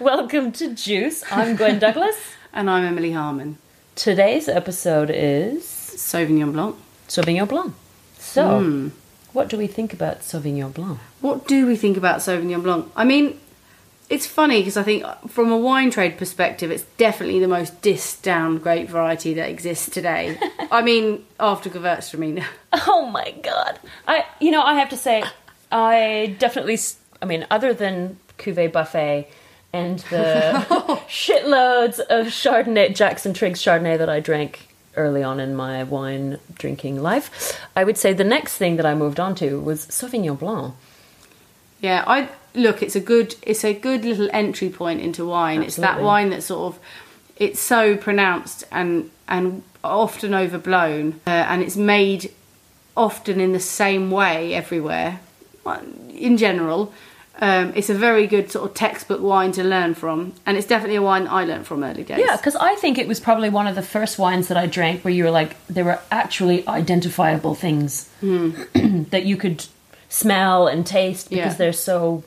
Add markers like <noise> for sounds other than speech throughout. Welcome to Juice. I'm Gwen Douglas. And I'm Emily Harmon. Today's episode is Sauvignon Blanc. Sauvignon Blanc. So, what do we think about Sauvignon Blanc? What do we think about Sauvignon Blanc? I mean, it's funny because I think uh, from a wine trade perspective, it's definitely the most dissed down grape variety that exists today. I mean, after Gewürztraminer. Oh my god! I, you know, I have to say, I definitely. s- I mean, other than Cuvée Buffet and <laughs> the shitloads of Chardonnay, Jackson Triggs Chardonnay that I drank early on in my wine drinking life, I would say the next thing that I moved on to was Sauvignon Blanc. Yeah, I look. It's a good. It's a good little entry point into wine. It's that Absolutely. wine that sort of. It's so pronounced and and often overblown, uh, and it's made often in the same way everywhere. Well, In general, um, it's a very good sort of textbook wine to learn from, and it's definitely a wine that I learned from early days. Yeah, because I think it was probably one of the first wines that I drank where you were like, there were actually identifiable things <clears throat> that you could smell and taste because Hmm. Yeah. they're so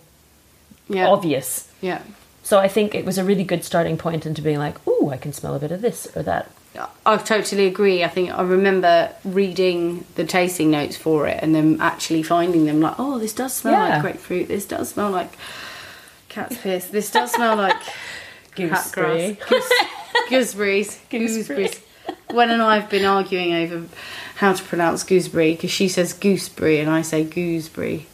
yeah, obvious. yeah. So I think it was a really good starting point into being like, ooh, I can smell a bit of this or that. I totally agree. I think I remember reading the tasting notes for it and then actually finding them like, oh, this does smell Yeah. like grapefruit. This does smell like cat's piss. This does smell like cat <laughs> grass. Gooseberry. Goose, gooseberries. Gooseberry. Gooseberries. When and I have been arguing over how to pronounce gooseberry because she says gooseberry and I say gooseberry.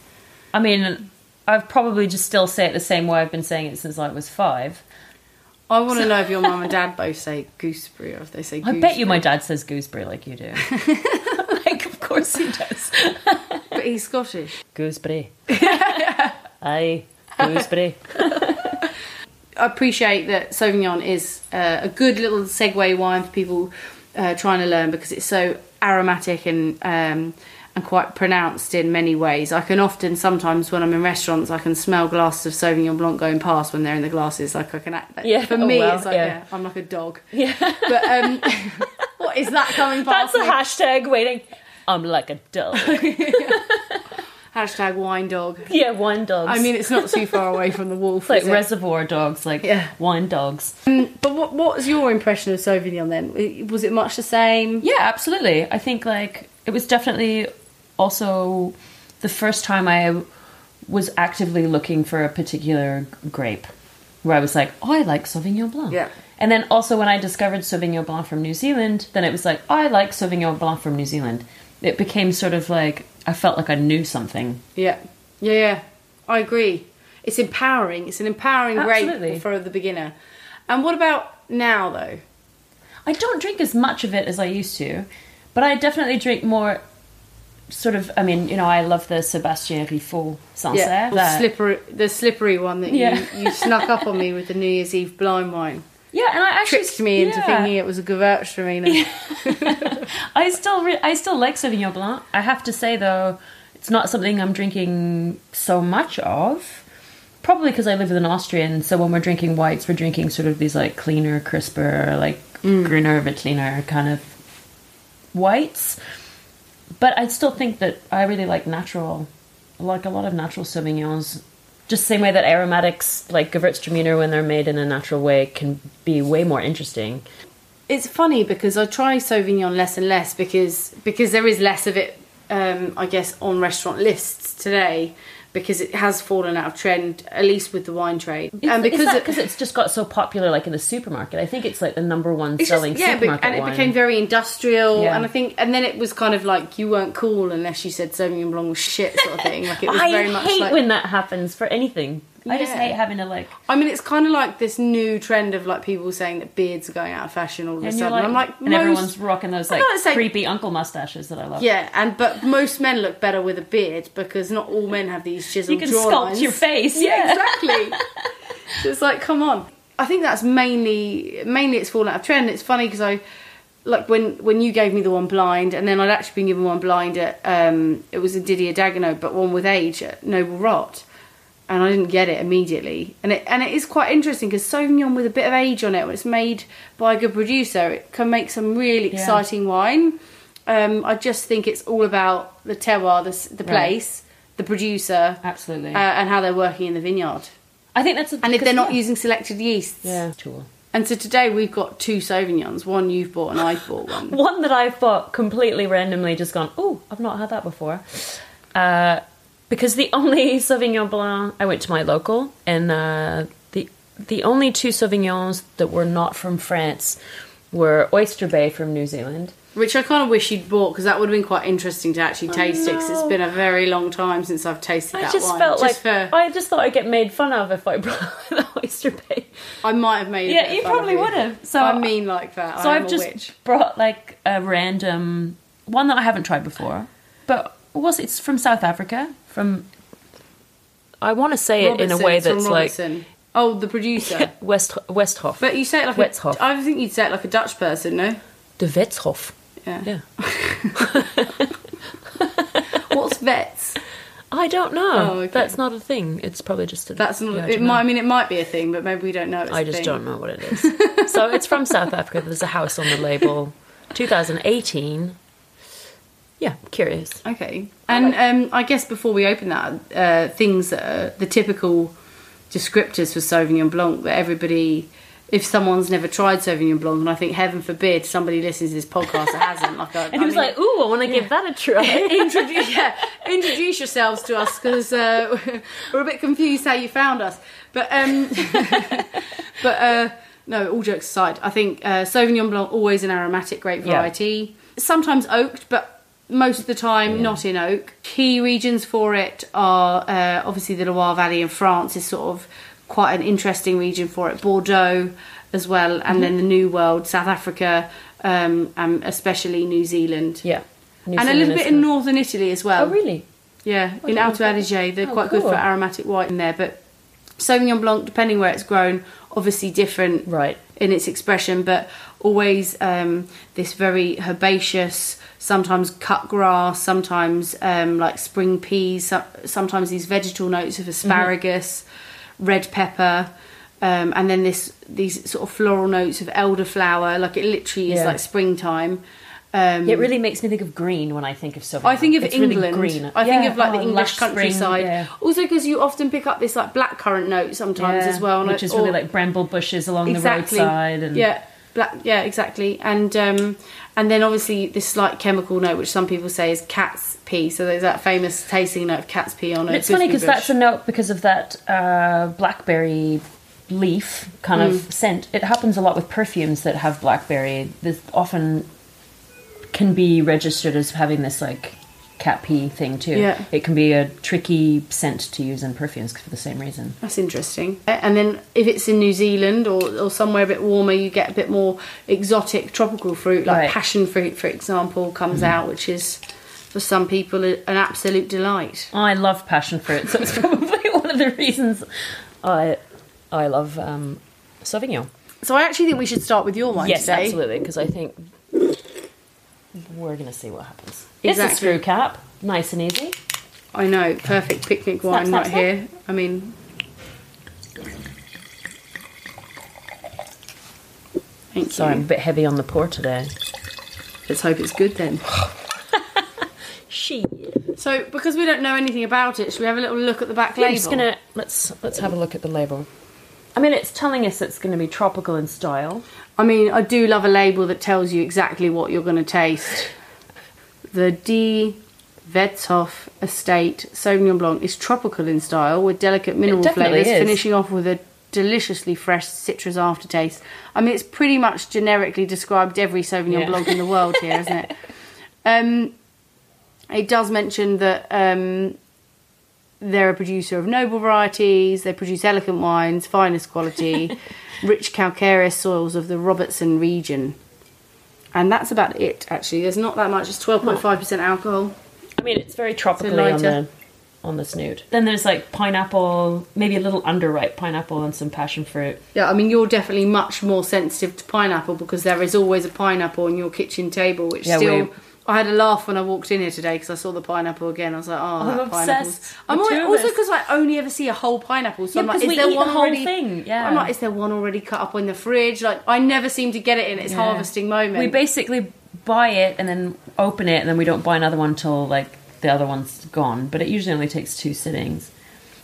I mean, I've probably just still say it the same way I've been saying it since I was five. I want to know if your <laughs> mum and dad both say gooseberry or if they say I gooseberry. bet you my dad says gooseberry like you <laughs> do. <laughs> like, of course he does. But he's Scottish. Gooseberry. <laughs> Aye, gooseberry. I appreciate that Sauvignon is uh, a good little segue wine for people uh, trying to learn because it's so aromatic and um, and quite pronounced in many ways. I can often sometimes when I'm in restaurants, I can smell glasses of Sauvignon Blanc going past when they're in the glasses. Like I can act. That, Yeah, For oh, me, wow, it's like yeah. yeah. I'm like a dog. Yeah. But <laughs> um, what is that coming That's past? a me? hashtag waiting. I'm like a dog. hashtag wine dog. <laughs> yeah, wine dogs. I mean, it's not too far away from the <laughs> wolf. it's like is it? reservoir dogs, like Yeah. wine dogs. But what what was your impression of Sauvignon then? Was it much the same? Yeah, absolutely. I think like it was definitely also the first time I was actively looking for a particular g- grape where I was like, "Oh, I like Sauvignon Blanc." Yeah. And then also when I discovered Sauvignon Blanc from New Zealand, then it was like, "Oh, "I like Sauvignon Blanc from New Zealand." It became sort of like I felt like I knew something. Yeah, yeah, yeah. I agree. It's empowering. It's an empowering Absolutely. rate for the beginner. And what about now, though? I don't drink as much of it as I used to, but I definitely drink more. Sort of, I mean, you know, I love the Sébastien Riffaut Sancerre. the that- slippery, the slippery one that Yeah. you, you snuck up on me with the New Year's Eve blind wine Yeah, and I actually tricked me into yeah. thinking it was a Gewürztraminer. I still re- I still like Sauvignon Blanc. I have to say though, it's not something I'm drinking so much of. Probably because I live with an Austrian, so when we're drinking whites, we're drinking sort of these like cleaner, crisper, like grüner Veltliner kind of whites. But I still think that I really like natural, like a lot of natural Sauvignons. Just same way that aromatics like Gewürztraminer, when they're made in a natural way, can be way more interesting. It's funny because I try Sauvignon less and less because because there is less of it, um, I guess, on restaurant lists today because it has fallen out of trend, at least with the wine trade, and because it- because it's just got so popular, like in the supermarket, I think it's like the number one It's selling yeah, but- supermarket and it wine. became very industrial. Yeah. And I think, and then it was kind of like you weren't cool unless you said Sauvignon Blanc was shit, sort of thing. Like it was <laughs> I very much hate like. when that happens for anything. I just Yeah. hate having to like. I mean, it's kind of like this new trend of like people saying that beards are going out of fashion all of a And, you're sudden. like, I'm like, and most, everyone's rocking those like gonna say- creepy uncle mustaches that I love. yeah, and but most men look better with a beard because not all men have these chiseled. you can jaw sculpt lines. your face. Yeah, Yeah, <laughs> exactly. so it's like, come on. I think that's mainly mainly it's fallen out of trend. It's funny because I like when when you gave me the one blind, and then I'd actually been given one blind at um it was a Didier Dagenot, but one with age at Noble Rot, and I didn't get it immediately. And it and it is quite interesting because Sauvignon with a bit of age on it, when it's made by a good producer, it can make some really Yeah. exciting wine. Um, I just think it's all about the terroir, the, s- the Right. place, the producer, absolutely. uh, and how they're working in the vineyard. I think that's a, and if they're not yeah. using selected yeasts. yeah tool. And so today we've got two sauvignons. One you've bought and I've bought <laughs> one. One that I bought completely randomly, just gone. Oh, I've not had that before. Uh, because the <laughs> only Sauvignon Blanc I went to my local, and uh, the the only two Sauvignons that were not from France were Oyster Bay from New Zealand. Which I kind of wish you'd bought because that would have been quite interesting to actually taste it. Because it's no. been a very long time since I've tasted I that just wine. felt just like for, I just thought I'd get made fun of if I <laughs> brought the Oyster Bay. I might have made. a Yeah, bit of you fun of probably would have. So- I mean, like that. So I'm I've a just witch. brought like a random one that I haven't tried before, but was it's from South Africa from. I want to say it in a way Robertson's from that's like Robertson. oh, the producer. <laughs> West Westhof, but you say it like Wetzhoff. a, I think you'd say it like a Dutch person, no? the Wetzhof. Yeah. Yeah, What's vets? <laughs> I don't know. Oh, okay. That's not a thing. It's probably just a, That's not. <laughs> yeah, I it don't might. I know. mean, it might be a thing, but maybe we don't know. It's I a just thing. don't know what it <laughs> is. so it's from South Africa. There's a house on the label. 2018. Yeah, curious. Okay. And um, I guess before we open that, uh, things that are the typical descriptors for Sauvignon Blanc that everybody, if someone's never tried Sauvignon Blanc, and I think heaven forbid somebody listens to this podcast that hasn't, <laughs> like, I, And he was like, "Ooh, I want to give that a try." <laughs> introduce, yeah, introduce yourselves to us because uh, <laughs> we're a bit confused how you found us. But um, <laughs> but uh, no, all jokes aside, I think uh, Sauvignon Blanc always an aromatic grape Yeah. variety. Sometimes oaked, but most of the time not in oak. Key regions for it are uh, obviously the Loire Valley in France is sort of quite an interesting region for it. Bordeaux as well, and then the New World, South Africa, um, and especially New Zealand yeah, New and a Zealand little is bit in the- northern Italy as well. Oh, really? Yeah, in didn't Alto know that. Adige, they're Oh, quite good cool. for aromatic white in there. But Sauvignon Blanc, depending where it's grown, obviously different Right. in its expression, but always um, this very herbaceous, sometimes cut grass, sometimes um, like spring peas, so- sometimes these vegetal notes Mm-hmm. of asparagus, red pepper. Um, and then this these sort of floral notes of elderflower, like it literally is Yeah. like springtime. Um, It really makes me think of green when I think of Sauvignon. I think of It's really England. green. I Yeah. think of like the Oh, English lush spring, countryside. yeah. Also, because you often pick up this like blackcurrant note sometimes Yeah, as well, and which I- is really or- like bramble bushes along exactly the roadside and yeah, black yeah exactly, and um, and then obviously this slight chemical note which some people say is cat's pee. So there's that famous tasting note of cat's pee on But a it's funny gooseberry because that's a bush. note because of that uh, blackberry leaf kind Hmm. of scent. It happens a lot with perfumes that have blackberry. This often can be registered as having this like cat pee thing too. Yeah. It can be a tricky scent to use in perfumes for the same reason. That's interesting. And then if it's in New Zealand or, or somewhere a bit warmer, you get a bit more exotic tropical fruit, like Right. Mm-hmm. passion fruit, for example, comes out, which is for some people a- an absolute delight. I love passion fruit, so it's <laughs> probably one of the reasons I I love um, Sauvignon. So I actually think we should start with your wine yes, today. absolutely, because I think we're going to see what happens. It's Exactly. a screw cap, nice and easy. I know, perfect picnic wine snap, right snap. here. I mean, thank Sorry, I'm a you. bit heavy on the pour today. Let's hope it's good then. She. So, because we don't know anything about it, should we have a little look at the back label? I'm just gonna let's let's have a look at the label. I mean, it's telling us it's going to be tropical in style. I mean, I do love a label that tells you exactly what you're going to taste. The D. Vedshof Estate Sauvignon Blanc is tropical in style with delicate mineral definitely flavours, is. finishing off with a deliciously fresh citrus aftertaste. I mean, it's pretty much generically described every Sauvignon Yeah. Blanc in the world here, isn't it? Um, it does mention that um, they're a producer of noble varieties. They produce elegant wines, finest quality, rich calcareous soils of the Robertson region. And that's about it, actually. There's not that much. It's 12.5% alcohol. I mean, it's very tropical on lighter. the on the snoot. Then there's like pineapple, maybe a little underripe pineapple and some passion fruit. Yeah, I mean, you're definitely much more sensitive to pineapple because there is always a pineapple on your kitchen table, which Yeah, still. we- I had a laugh when I walked in here today because I saw the pineapple again. I was like, oh, I'm that pineapple's- obsessed. I'm The always, two of also us. because I only ever see a whole pineapple, so Yeah, I'm like, 'cause is we there eat the one whole already? thing, yeah. I'm like, is there one already cut up in the fridge? Like, I never seem to get it in its Yeah. harvesting moment. We basically buy it and then open it, and then we don't buy another one till like the other one's gone. But it usually only takes two sittings.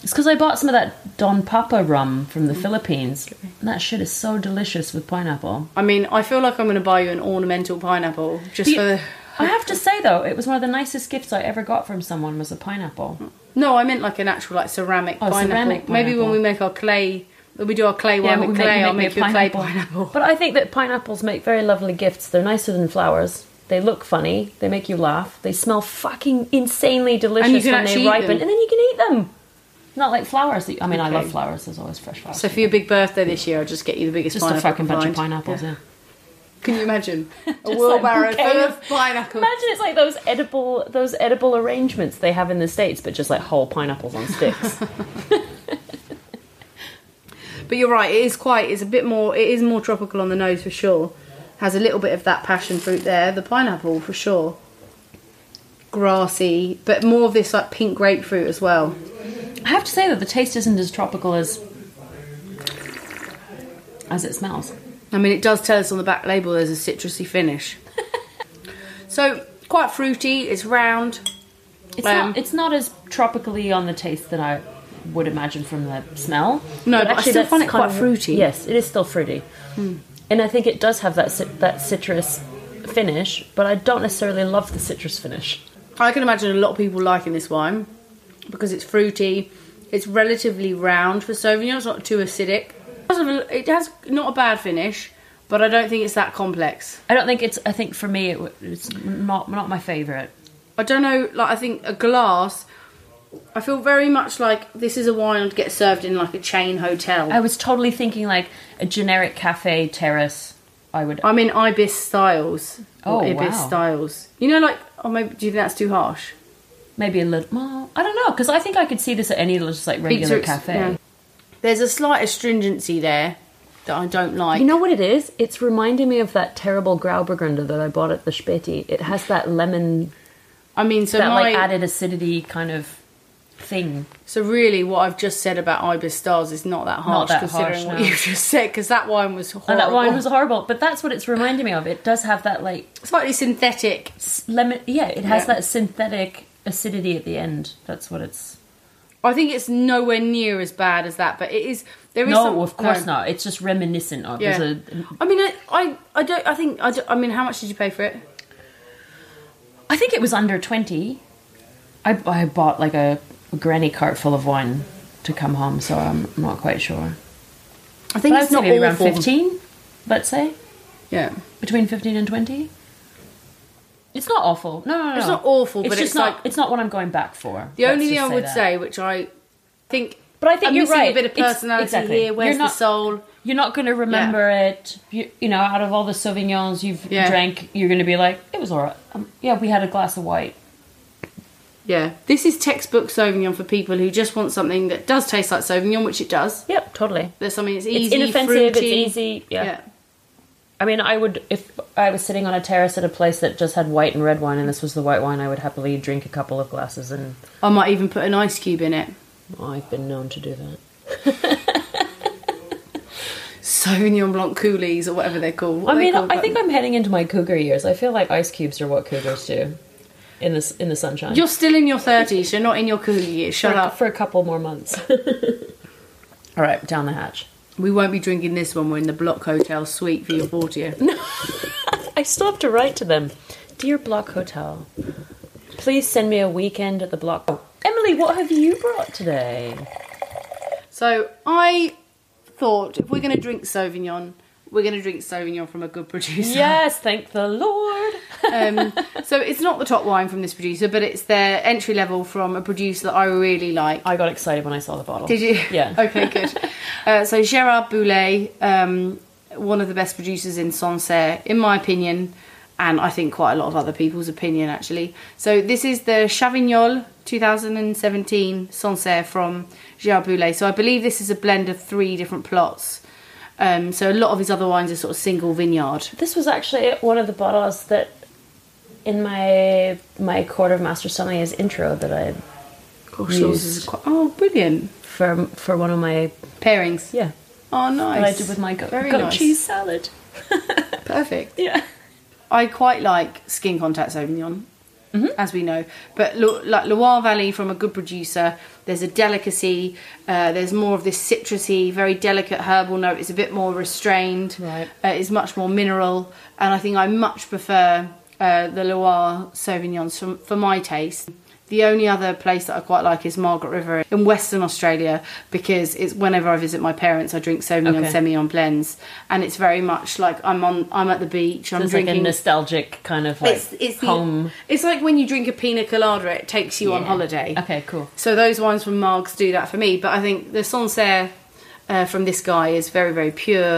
It's because I bought some of that Don Papa rum from Mm. the Philippines. And that shit is so delicious with pineapple. I mean, I feel like I'm going to buy you an ornamental pineapple just The- for the. I have to say though, it was one of the nicest gifts I ever got from someone was a pineapple. No, I meant like an actual like ceramic, Oh, pineapple. ceramic Maybe when pineapple. we make our clay, when we do our clay one but with we clay, you I'll me make you a clay <laughs> pineapple. But I think that pineapples make very lovely gifts. They're nicer than flowers. They look funny. They make you laugh. They smell fucking insanely delicious can when actually they eat ripen, them. and then you can eat them. Not like flowers. That you, I mean, I Okay. love flowers. There's always fresh flowers. So for your big birthday this year, I'll just get you the biggest just a pineapple. fucking bunch of combined. pineapples. Yeah. Yeah. Can <laughs> you imagine a like wheelbarrow bouquet full of- of pineapples? Imagine it's like those edible those edible arrangements they have in the states, but just like whole pineapples on sticks. But you're right. It is quite. It's a bit more. It is more tropical on the nose for sure. Has a little bit of that passion fruit there. The pineapple for sure. Grassy, but more of this like pink grapefruit as well. <laughs> I have to say that the taste isn't as tropical as as it smells. I mean, it does tell us on the back label there's a <laughs> citrusy finish. so quite fruity. It's round. It's Um, not it's not as tropically on the taste that I would imagine from the smell. No, but I still that's find it kind quite fruity. Yes, it is still fruity, and I think it does have that cit- that citrus finish, but I don't necessarily love the citrus finish. I can imagine a lot of people liking this wine because it's fruity. It's relatively round for Sauvignon. It's not too acidic. It has a- It has not a bad finish, but I don't think it's that complex. I don't think it's. I think for me, it, w- it's not not my favorite. I don't know. Like I think a glass. I feel very much like this is a wine I'd get served in like a chain hotel. I was totally thinking like a generic cafe terrace. I would. I'm in Ibis Styles. Or Oh, Ibis wow. Styles. You know, like oh, maybe do you think that's too harsh? Maybe a little. Well, I don't know because I think I could see this at any just like regular Pizza- cafe. yeah. There's a slight astringency there that I don't like. You know what it is? It's reminding me of that terrible Grauburgunder that I bought at the Späti. It has that lemon, I mean, so that my like added acidity kind of thing. So really, what I've just said about Ibis Stars is not that harsh, that considering harsh, what no. you just said, because that wine was horrible. And that wine was horrible, but that's what it's reminding me of. It does have that like slightly synthetic. s- lemon. Yeah, it has Yeah. that synthetic acidity at the end. That's what it's. I think it's nowhere near as bad as that, but it is. There is No, some- of course no. not. It's just reminiscent of. Yeah. There's a- I mean, I, I, I don't. I think. I, don't- I mean, how much did you pay for it? I think it was under 20. I, I bought like a granny cart full of wine to come home, so I'm not quite sure. I think But it's I'd say not maybe around awful. 15, let's say. Yeah, Between 15 and 20. It's not awful. No, no, no. It's no. not awful, it's but just it's not, like- It's not what I'm going back for. the only Let's thing just I would that. say, which I think, But I think I'm you're missing right. a bit of It's- personality exactly. here. Where's You're not- the soul? You're not going to remember it. You, you know, out of all the Sauvignons you've Yeah. drank, you're going to be like, it was all right. Um, yeah, we had a glass of white. Yeah, this is textbook Sauvignon for people who just want something that does taste like Sauvignon, which it does. Yep, totally. There's something that's It's easy, inoffensive, fruity. it's easy. yeah. I mean, I would if I was sitting on a terrace at a place that just had white and red wine, and this was the white wine. I would happily drink a couple of glasses, and I might even put an ice cube in it. I've been known to do that. Sauvignon Blanc coolies or whatever they're called. What I are they mean, called? I think I'm heading into my cougar years. I feel like ice cubes are what cougars do in this in the sunshine. you're still in your thirties. You're not in your coolie years. Shut for, up. for a couple more months. <laughs> All right, down the hatch. We won't be drinking this one. We're in the Block Hotel suite for your 40th. I still have to write to them, dear Block Hotel. Please send me a weekend at the Block. Oh, Emily, what have you brought <gasps> today? So I thought if we're going to drink Sauvignon, we're going to drink Sauvignon from a good producer. Yes, thank the Lord. um, so it's not the top wine from this producer, but it's their entry level from a producer that I really like. I got excited when I saw the bottle. Did you? Yeah. <laughs> okay, good. Uh, so Gerard Boulay, um, one of the best producers in Sancerre, in my opinion, and I think quite a lot of other people's opinion actually. So this is the Chavignol 2017 Sancerre from Gerard Boulay. So I believe this is a blend of three different plots. Um, so a lot of his other wines are sort of single vineyard. <laughs> This was actually one of the bottles that in my my quarter of master sommelier's intro that I Gosh, yours is quite, oh, brilliant for for one of my pairings. yeah Oh, nice. that I did with my goat, Very goat nice. cheese <laughs> salad. Perfect. Yeah. I quite like skin contact Sauvignon. Mm-hmm. as we know. But Lo- like Loire Valley from a good producer, there's a delicacy. Uh, there's more of this citrusy, very delicate herbal note. It's a bit more restrained. Right. Uh, it's much more mineral, and I think I much prefer uh, the Loire Sauvignons from, for my taste. The only other place that I quite like is Margaret River in Western Australia because it's whenever I visit my parents, I drink Sauvignon Okay. Semillon blends, and it's very much like I'm on, I'm at the beach, I'm It's like a drinking nostalgic kind of like the- home. it's like when you drink a pina colada, it takes you on Yeah. holiday. Okay, cool. So those wines from Margs do that for me. But I think the Sancerre uh, from this guy is very, very pure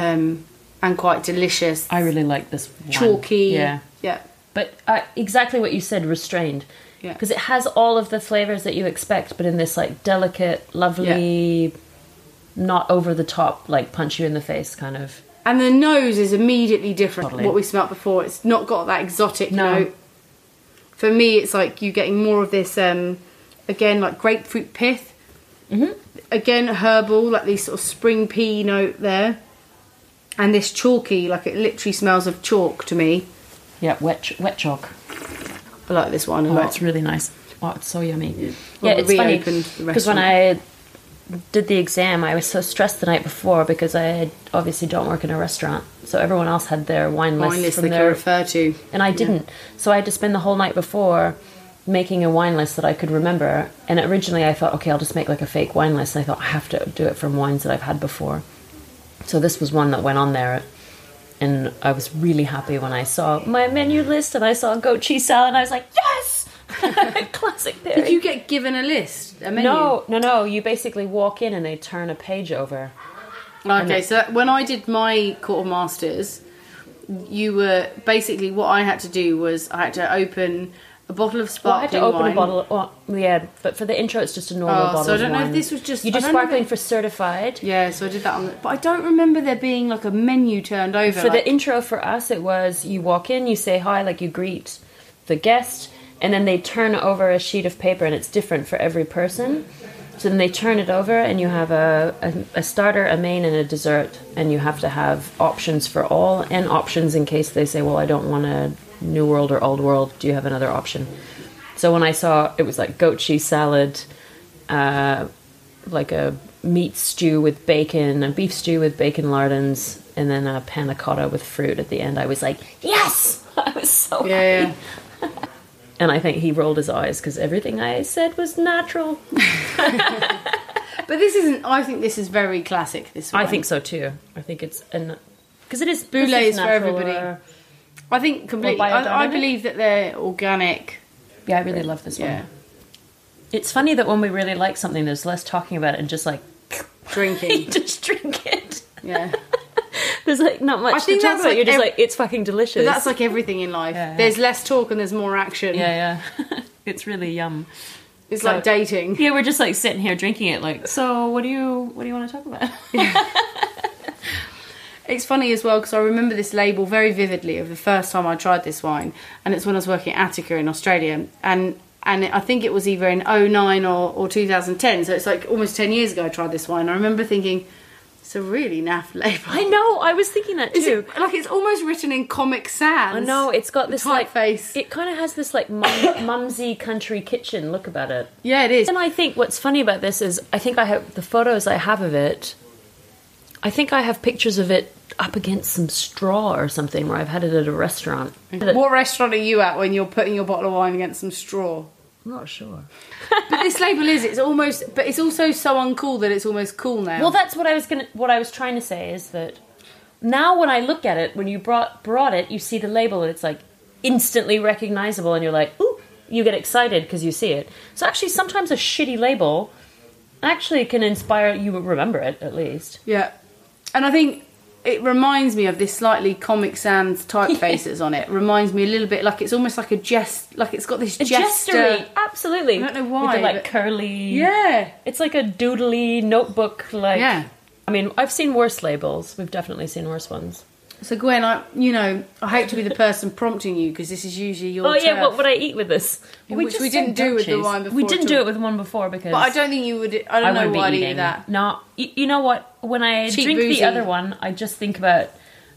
um, and quite delicious, I really like this one. chalky. Yeah. yeah. But uh, exactly what you said, restrained. Yeah. Because it has all of the flavors that you expect, but in this like delicate, lovely, not over the top, like punch you in the face kind of. And the nose is immediately different. from Totally. What we smelt before, it's not got that exotic No. note. For me, it's like you getting more of this, um, again, like grapefruit pith. Mm-hmm. Again, herbal, like these sort of spring pea note there. And this chalky, like it literally smells of chalk to me. Yeah, wet ch- wet chalk. I like this one a Oh, lot. it's really nice. Oh, it's so yummy. Yeah, Well, it's we funny reopened the because when I did the exam, I was so stressed the night before because I had- obviously don't work in a restaurant, so everyone else had their wine list Wine list from that can their refer to. and I didn't. So I had to spend the whole night before making a wine list that I could remember. And originally I thought, okay, I'll just make like a fake wine list. And I thought I have to do it from wines that I've had before. So this was one that went on there. And I was really happy when I saw my menu list and I saw goat cheese salad. And I was like, yes! <laughs> Classic Perry. Did you get given a list? A menu? no, no, no. You basically walk in and they turn a page over. Okay, so that- when I did my quarter masters, you were basically what I had to do was I had to open a bottle of Well, I had sparkling to open wine. a bottle. Well, yeah, but for the intro, it's just a normal Oh, so bottle. I of don't know if wine. this was just- you I do don't know if sparkling it- for certified. Yeah, so I did that on. The, but I don't remember there being like a menu turned over. for like- the intro for us it was you walk in you say hi like you greet the guest and then they turn over a sheet of paper and it's different for every person so then they turn it over and you have a, a, a starter a main and a dessert and you have to have options for all and options in case they say well i don't want a new world or old world do you have another option so when i saw it was like goat cheese salad uh, like a meat stew with bacon, a beef stew with bacon lardons, and then a panna cotta with fruit at the end. I was like, yes! <laughs> I was so yeah, yeah. happy. And I think he rolled his eyes because everything I said was natural. but this isn't. I think this is very classic. This I wine. think so too. I think it's an because it is Bouillaise this is for natural, everybody. uh, I think completely. I, I biodynamic? believe that they're organic. yeah, I really love this Yeah, one. It's funny that when we really like something, there's less talking about it and just like <laughs> drinking. just drink it. <laughs> yeah. There's like not much think to talk that's about. like You're just ev- like it's fucking delicious. But that's like everything in life. Yeah, yeah. There's less talk and there's more action. yeah, yeah. <laughs> it's really yum. It's So- like dating. Yeah, we're just like sitting here drinking it. Like, so what do you what do you want to talk about? It's funny as well because I remember this label very vividly of the first time I tried this wine, and it's when I was working at Attica in Australia, and and I think it was either in 09 or, or 2010, so it's like almost 10 years ago I tried this wine. I remember thinking, it's a really naff <laughs> label. <laughs> I know. I was thinking that Is too. it, like it's almost written in Comic Sans. I know. It's got this like typeface. It kind of has this like <coughs> mum, mumsy country kitchen look about it. Yeah, it is. And I think what's funny about this is I think I have the photos I have of it. I think I have pictures of it up against some straw or something where I've had it at a restaurant. What restaurant are you at when you're putting your bottle of wine against some straw? I'm not sure. But this label is, it's almost, but it's also so uncool that it's almost cool now. Well, that's what I was gonna. What I was trying to say is that now, when I look at it, when you brought brought it, you see the label, and it's like instantly recognizable, and you're like, ooh, you get excited because you see it. So actually, sometimes a shitty label actually can inspire you to remember it at least. Yeah. And I think it reminds me of this slightly Comic Sans <laughs> typefaces on it. Reminds me a little bit like it's almost like a jest, like it's got this A jester. Jestery, absolutely. I don't know With why, the, like but- curly. Yeah. It's like a doodly notebook. Like Yeah. I mean, I've seen worse labels. We've definitely seen worse ones. So Gwen, I you know I hate to be the person prompting you because this is usually your. Oh yeah, turf. what would I eat with this? Which we said didn't do goat with the cheese. one before We didn't do at all. it with one before because But I don't think you would. I I don't know won't why be you eating do that. No, you, you know what? When I Cheap drink boozy. the other one, I just think about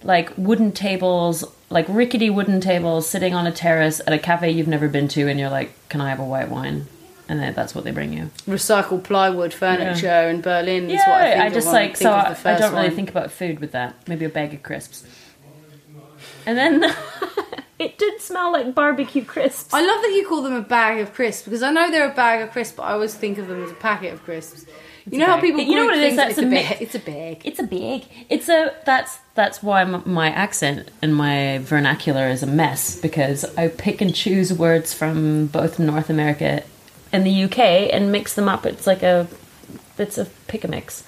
like wooden tables, like rickety wooden tables, sitting on a terrace at a cafe you've never been to, and you're like, "Can I have a white wine?" And then that's what they bring you. Recycled plywood furniture in Berlin is what I think I of just when I like think so of I, the I first don't really one. think about food with that. Maybe a bag of crisps. And then <laughs> it did smell like barbecue crisps. I love that you call them a bag of crisps because I know they're a bag of crisps, but I always think of them as a packet of crisps. you know a how bag. people You know group what it is? things, That's It's a a mi- bag. It's a bag. It's a big. It's a that's that's why m- my accent and my vernacular is a mess because I pick and choose words from both North America and the UK and mix them up. It's like a it's a pick a mix.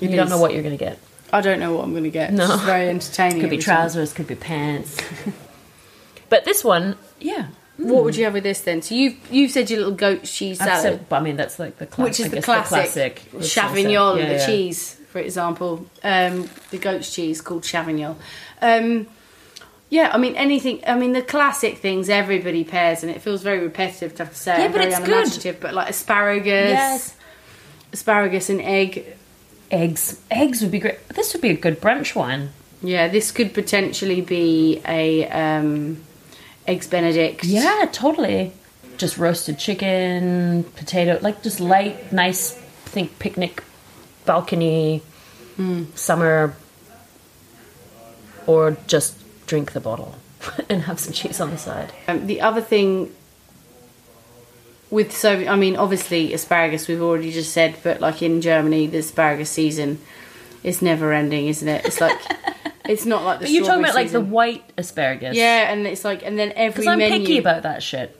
You It don't is. know what you're gonna get. I don't know what I'm going to get. No. It's just very entertaining. Could be every time. trousers, could be pants. <laughs> but this one, yeah. What would you have with this then? So you've you've said your little goat cheese I've salad, said- but I mean, that's like the, cla- which I is the guess classic, the classic chavignol, Yeah, the yeah. cheese, for example, um, the goat's cheese called chavignol. Um, yeah, I mean anything. I mean the classic things everybody pairs, and it feels very repetitive to have to say. Yeah, and but very it's good. unimaginative, But like asparagus, Yes. asparagus and egg. Eggs. Eggs would be great. This would be a good brunch one. Yeah, this could potentially be a um, eggs Benedict. Yeah, totally. Just roasted chicken, potato, like just light, nice, I think picnic, balcony, Hmm. summer, or just drink the bottle <laughs> and have some cheese on the side. Um, the other thing with so I mean obviously asparagus we've already just said, but like in Germany the asparagus season is never ending, isn't it? It's <laughs> like it's not like the. But you're talking strawberry about like the season. white asparagus. yeah, and it's like and then every Because I'm menu. picky about that shit.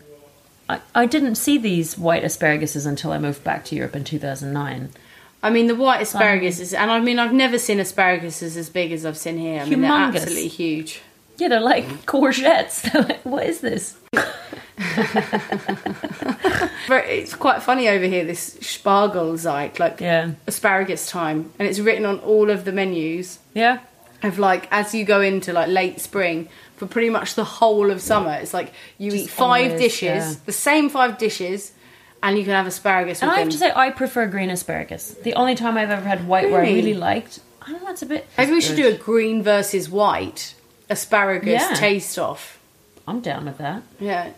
I, I didn't see these white asparaguses until I moved back to Europe in 2009. I mean the white asparagus Um, is, and I mean I've never seen asparagus as big as I've seen here. I mean Humongous. they're absolutely huge. Yeah, they're like Hmm. courgettes. <laughs> They're like, what is this? But it's quite funny over here this Spargelzeit, like Yeah. asparagus time, and it's written on all of the menus. Yeah. of like as you go into like late spring for pretty much the whole of summer it's like you Just eat five always, dishes yeah. the same five dishes and you can have asparagus with And I them have to say, I prefer green asparagus. The only time I've ever had white where I Really? really liked, I don't know, it's a bit. maybe we should do a green versus white asparagus Yeah. taste off I'm down with that. yeah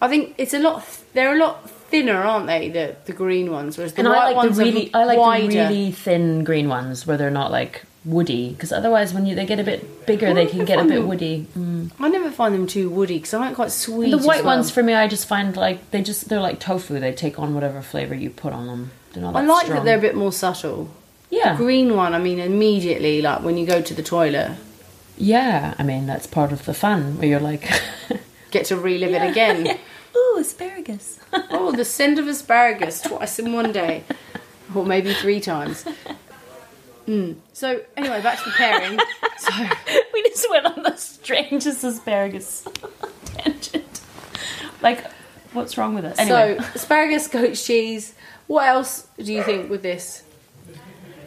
i think it's a lot th- they're a lot thinner aren't they the the green ones whereas the and white I like ones the really, are I like wider the really thin green ones where they're not like woody, because otherwise, when you they get a bit bigger, they I can get a find bit them- woody. i never find them too woody because i like quite sweet The as white well. ones for me, I just find like they just they're like tofu. They take on whatever flavor you put on them. They're not i that like strong. that they're a bit more subtle yeah green one i mean immediately like when you go to the toilet yeah. I mean that's part of the fun where you're like, get to relive it <laughs> again. Ooh, asparagus. <laughs> oh, the scent of asparagus twice in one day, or maybe three times. Mm. So anyway, back to the pairing. So <laughs> we just went on the strangest asparagus <laughs> tangent. Like, what's wrong with us? <laughs> Anyway, so asparagus, goat cheese. What else do you think with this?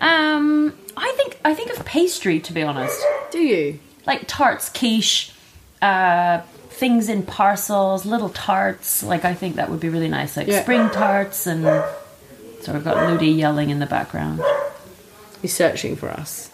um, I think I think of pastry to be honest, Do you? like tarts, quiche, uh, things in parcels, little tarts. Like, I think that would be really nice, like Yeah. spring tarts and. So I've got Ludi yelling in the background. He's searching for us.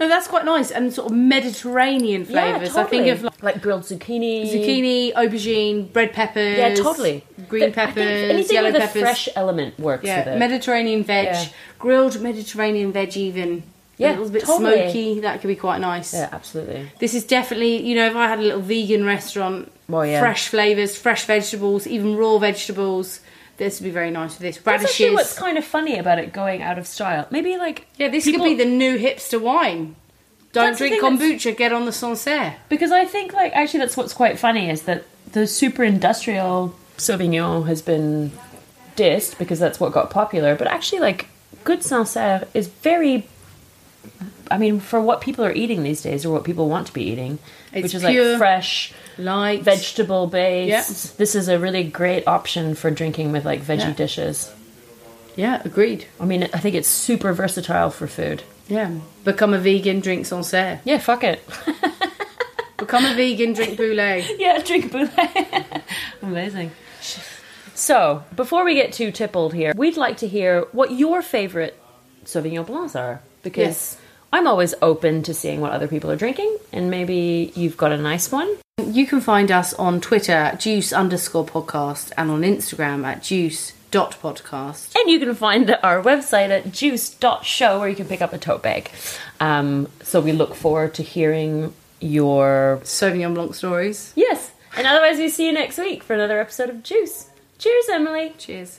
No, that's quite nice and sort of Mediterranean flavors. I think of like grilled zucchini, zucchini, aubergine, red peppers. Yeah, totally. Green But I think peppers, anything yellow with a peppers. fresh element works Yeah, with it. Mediterranean veg, Yeah. grilled Mediterranean veg, even Yeah, a little bit totally. smoky. That could be quite nice. yeah, absolutely. This is definitely, you know, if I had a little vegan restaurant, Well, yeah. fresh flavors, fresh vegetables, even raw vegetables. This would be very nice with this That's actually what's radishes. kind of funny about it going out of style. Maybe like Yeah, this people- could be the new hipster wine. Don't That's the drink thing that's- kombucha. Get on the Sancerre. because I think like actually that's what's quite funny is that the super industrial Sauvignon has been dissed because that's what got popular. But actually, like good Sancerre is very. I mean, for what people are eating these days, or what people want to be eating, It's which is pure, like fresh, Like vegetable based. Yeah. This is a really great option for drinking with like veggie Yeah. dishes. Yeah, agreed. I mean, I think it's super versatile for food. Yeah, become a vegan. Drink Sancerre. Yeah, fuck it. Become a vegan. <laughs> Drink Boulet. yeah, drink boulet. <laughs> Amazing. So, before we get too tippled here, we'd like to hear what your favourite Sauvignon Blancs are because Yes. I'm always open to seeing what other people are drinking, and maybe you've got a nice one. You can find us on Twitter at juice underscore podcast and on Instagram at juice dot podcast. And you can find our website at juice.show where you can pick up a tote bag. Um, so we look forward to hearing your. Sauvignon Blanc stories. Yes. And otherwise, we see you next week for another episode of Juice. Cheers, Emily. Cheers.